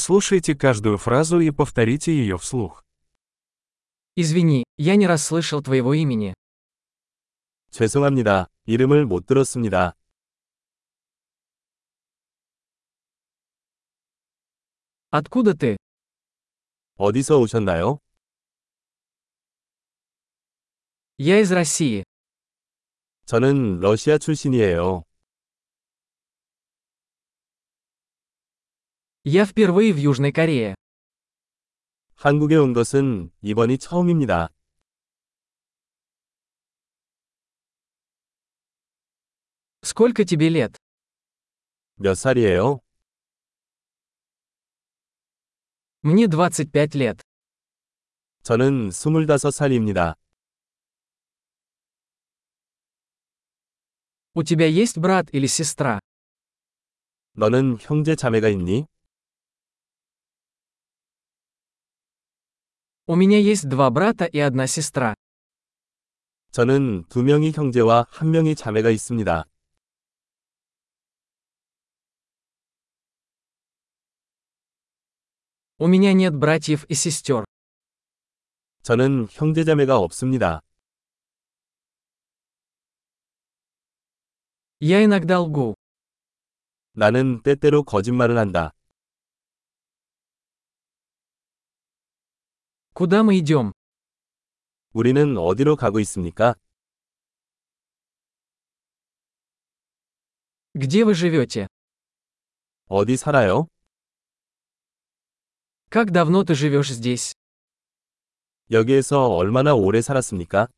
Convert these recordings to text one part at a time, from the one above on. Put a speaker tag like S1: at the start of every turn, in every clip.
S1: Прослушайте каждую фразу и повторите ее вслух.
S2: Извини, я не расслышал твоего имени.
S3: 죄송합니다. 이름을 못 들었습니다.
S2: Откуда ты?
S3: 어디서 오셨나요?
S2: Я из России.
S3: 저는 러시아 출신이에요.
S2: Я впервые в Южной Корее.
S3: 한국에 온 것은 이번이 처음입니다.
S2: Сколько тебе лет?
S3: 몇 살이에요?
S2: Мне 25 лет.
S3: 저는 25살입니다.
S2: У тебя есть брат или сестра?
S3: 너는 형제 자매가 있니?
S2: У меня есть два брата и одна сестра.
S3: 저는 두 명이 형제와 한 명이 자매가 있습니다.
S2: У меня нет братьев и сестер.
S3: 저는 형제 자매가 없습니다.
S2: Я иногда лгу.
S3: 나는 때때로 거짓말을 한다.
S2: Куда мы идем?
S3: 우리는 어디로 가고 있습니까?
S2: Где вы живете?
S3: 어디 살아요?
S2: Как давно ты живешь здесь?
S3: 여기에서 얼마나 오래 살았습니까?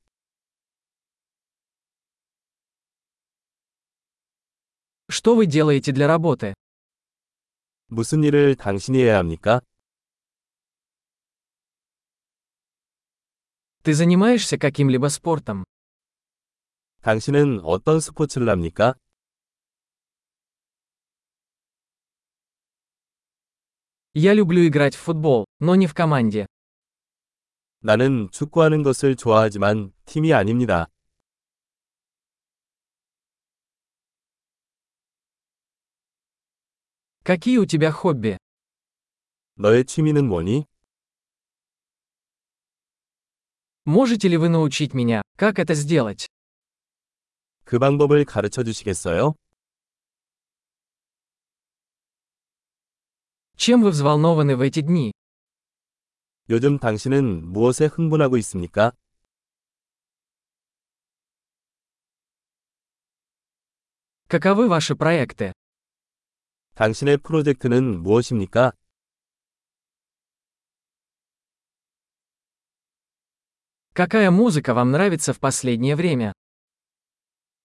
S2: Что вы делаете для работы?
S3: 무슨 일을 당신이 해야 합니까?
S2: Ты занимаешься каким-либо спортом?
S3: 당신은 어떤 스포츠를 합니까?
S2: Я люблю играть в футбол, но не в команде.
S3: 나는 축구하는 것을 좋아하지만 팀이 아닙니다.
S2: Какие у тебя хобби?
S3: 너의 취미는 뭐니?
S2: Можете ли вы научить меня, как это сделать?
S3: 그 방법을 가르쳐 주시겠어요?
S2: Чем вы взволнованы в эти дни?
S3: 요즘 당신은 무엇에 흥분하고 있습니까?
S2: Каковы ваши проекты?
S3: 당신의 프로젝트는 무엇입니까?
S2: Какая музыка вам нравится в последнее время?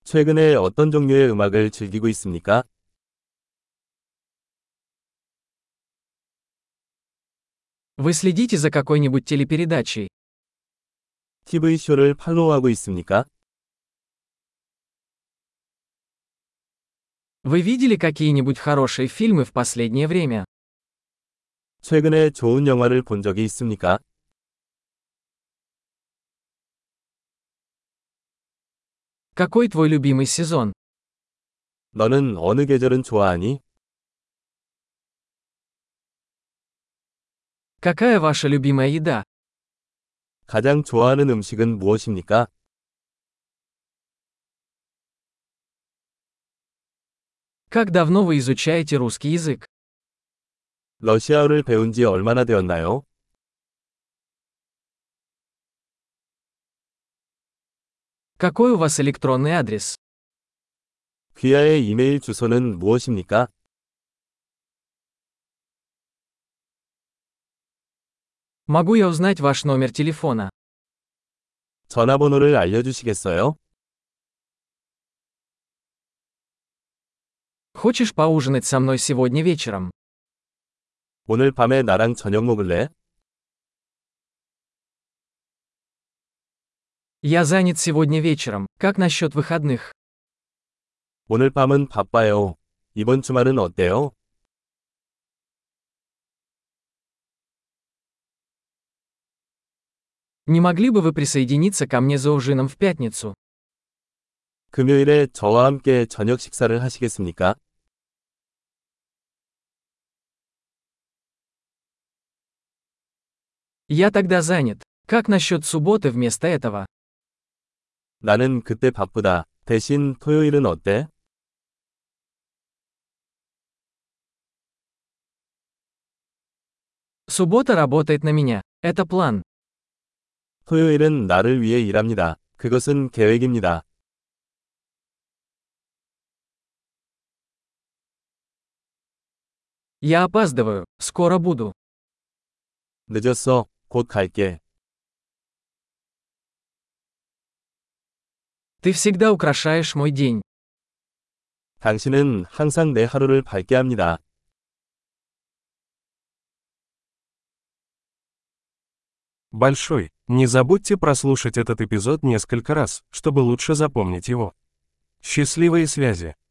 S3: 최근에 어떤 종류의 음악을 즐기고 있습니까?
S2: Вы следите за какой-нибудь телепередачей?
S3: TV쇼를 팔로우하고 있습니까?
S2: Вы видели какие-нибудь хорошие фильмы в последнее время?
S3: 최근에 좋은 영화를 본 적이 있습니까?
S2: Какой твой любимый сезон?
S3: 너는 어느 계절은 좋아하니?
S2: Какая ваша любимая еда?
S3: 가장 좋아하는 음식은 무엇입니까?
S2: Как давно вы изучаете русский язык?
S3: 러시아어를 배운 지 얼마나 되었나요?
S2: Какой у вас электронный адрес?
S3: 귀하의 이메일 주소는 무엇입니까?
S2: Могу я узнать ваш номер телефона?
S3: 전화번호를 알려주시겠어요?
S2: Хочешь поужинать со мной сегодня вечером?
S3: 오늘 밤에 나랑 저녁 먹을래?
S2: Я занят сегодня вечером. Как насчет выходных?
S3: 오늘 밤은 바빠요. 이번 주말은 어때요?
S2: Не могли бы вы присоединиться ко мне за ужином в пятницу?
S3: 금요일에 저와 함께 저녁 식사를 하시겠습니까?
S2: Я тогда занят. Как насчет субботы вместо этого?
S3: 나는 그때 바쁘다. 대신 토요일은 어때?
S2: Суббота работает на меня. Это план.
S3: 토요일은 나를 위해 일합니다. 그것은 계획입니다.
S2: Я опаздываю. Скоро буду.
S3: 늦었어. 곧 갈게.
S2: Ты всегда украшаешь мой день.
S3: 당신은 항상 내 하루를 밝게 합니다.
S1: Большой, не забудьте прослушать этот эпизод несколько раз, чтобы лучше запомнить его. Счастливые связи!